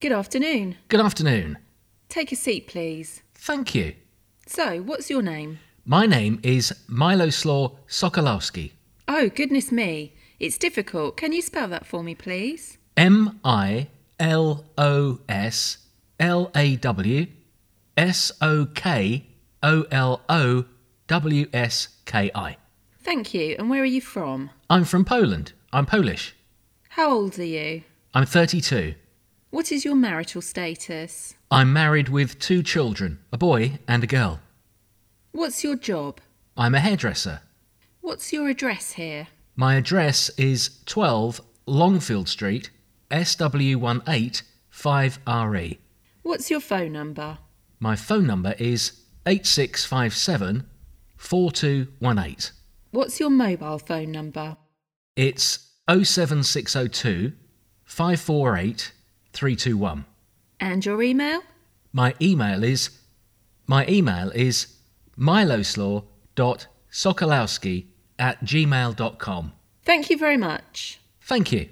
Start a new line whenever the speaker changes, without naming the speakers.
Good afternoon.
Good afternoon.
Take a seat, please.
Thank you.
So, what's your name?
My name is Miloslaw Sokolowski.
Oh, goodness me. It's difficult. Can you spell that for me, please?
M I L O S L A W S O K O L O W S K I.
Thank you. And where are you from?
I'm from Poland. I'm Polish.
How old are you?
I'm 32.
What is your marital status?
I'm married with two children, a boy and a girl.
What's your job?
I'm a hairdresser.
What's your address here?
My address is 12 Longfield Street, SW18 5RE.
What's your phone number?
My phone number is 8657 4218.
What's your mobile phone number?
It's 07602 548 321.
And your email?
My email is my email is miloslaw.sokolowski at gmail.com.
Thank you very much.
Thank you.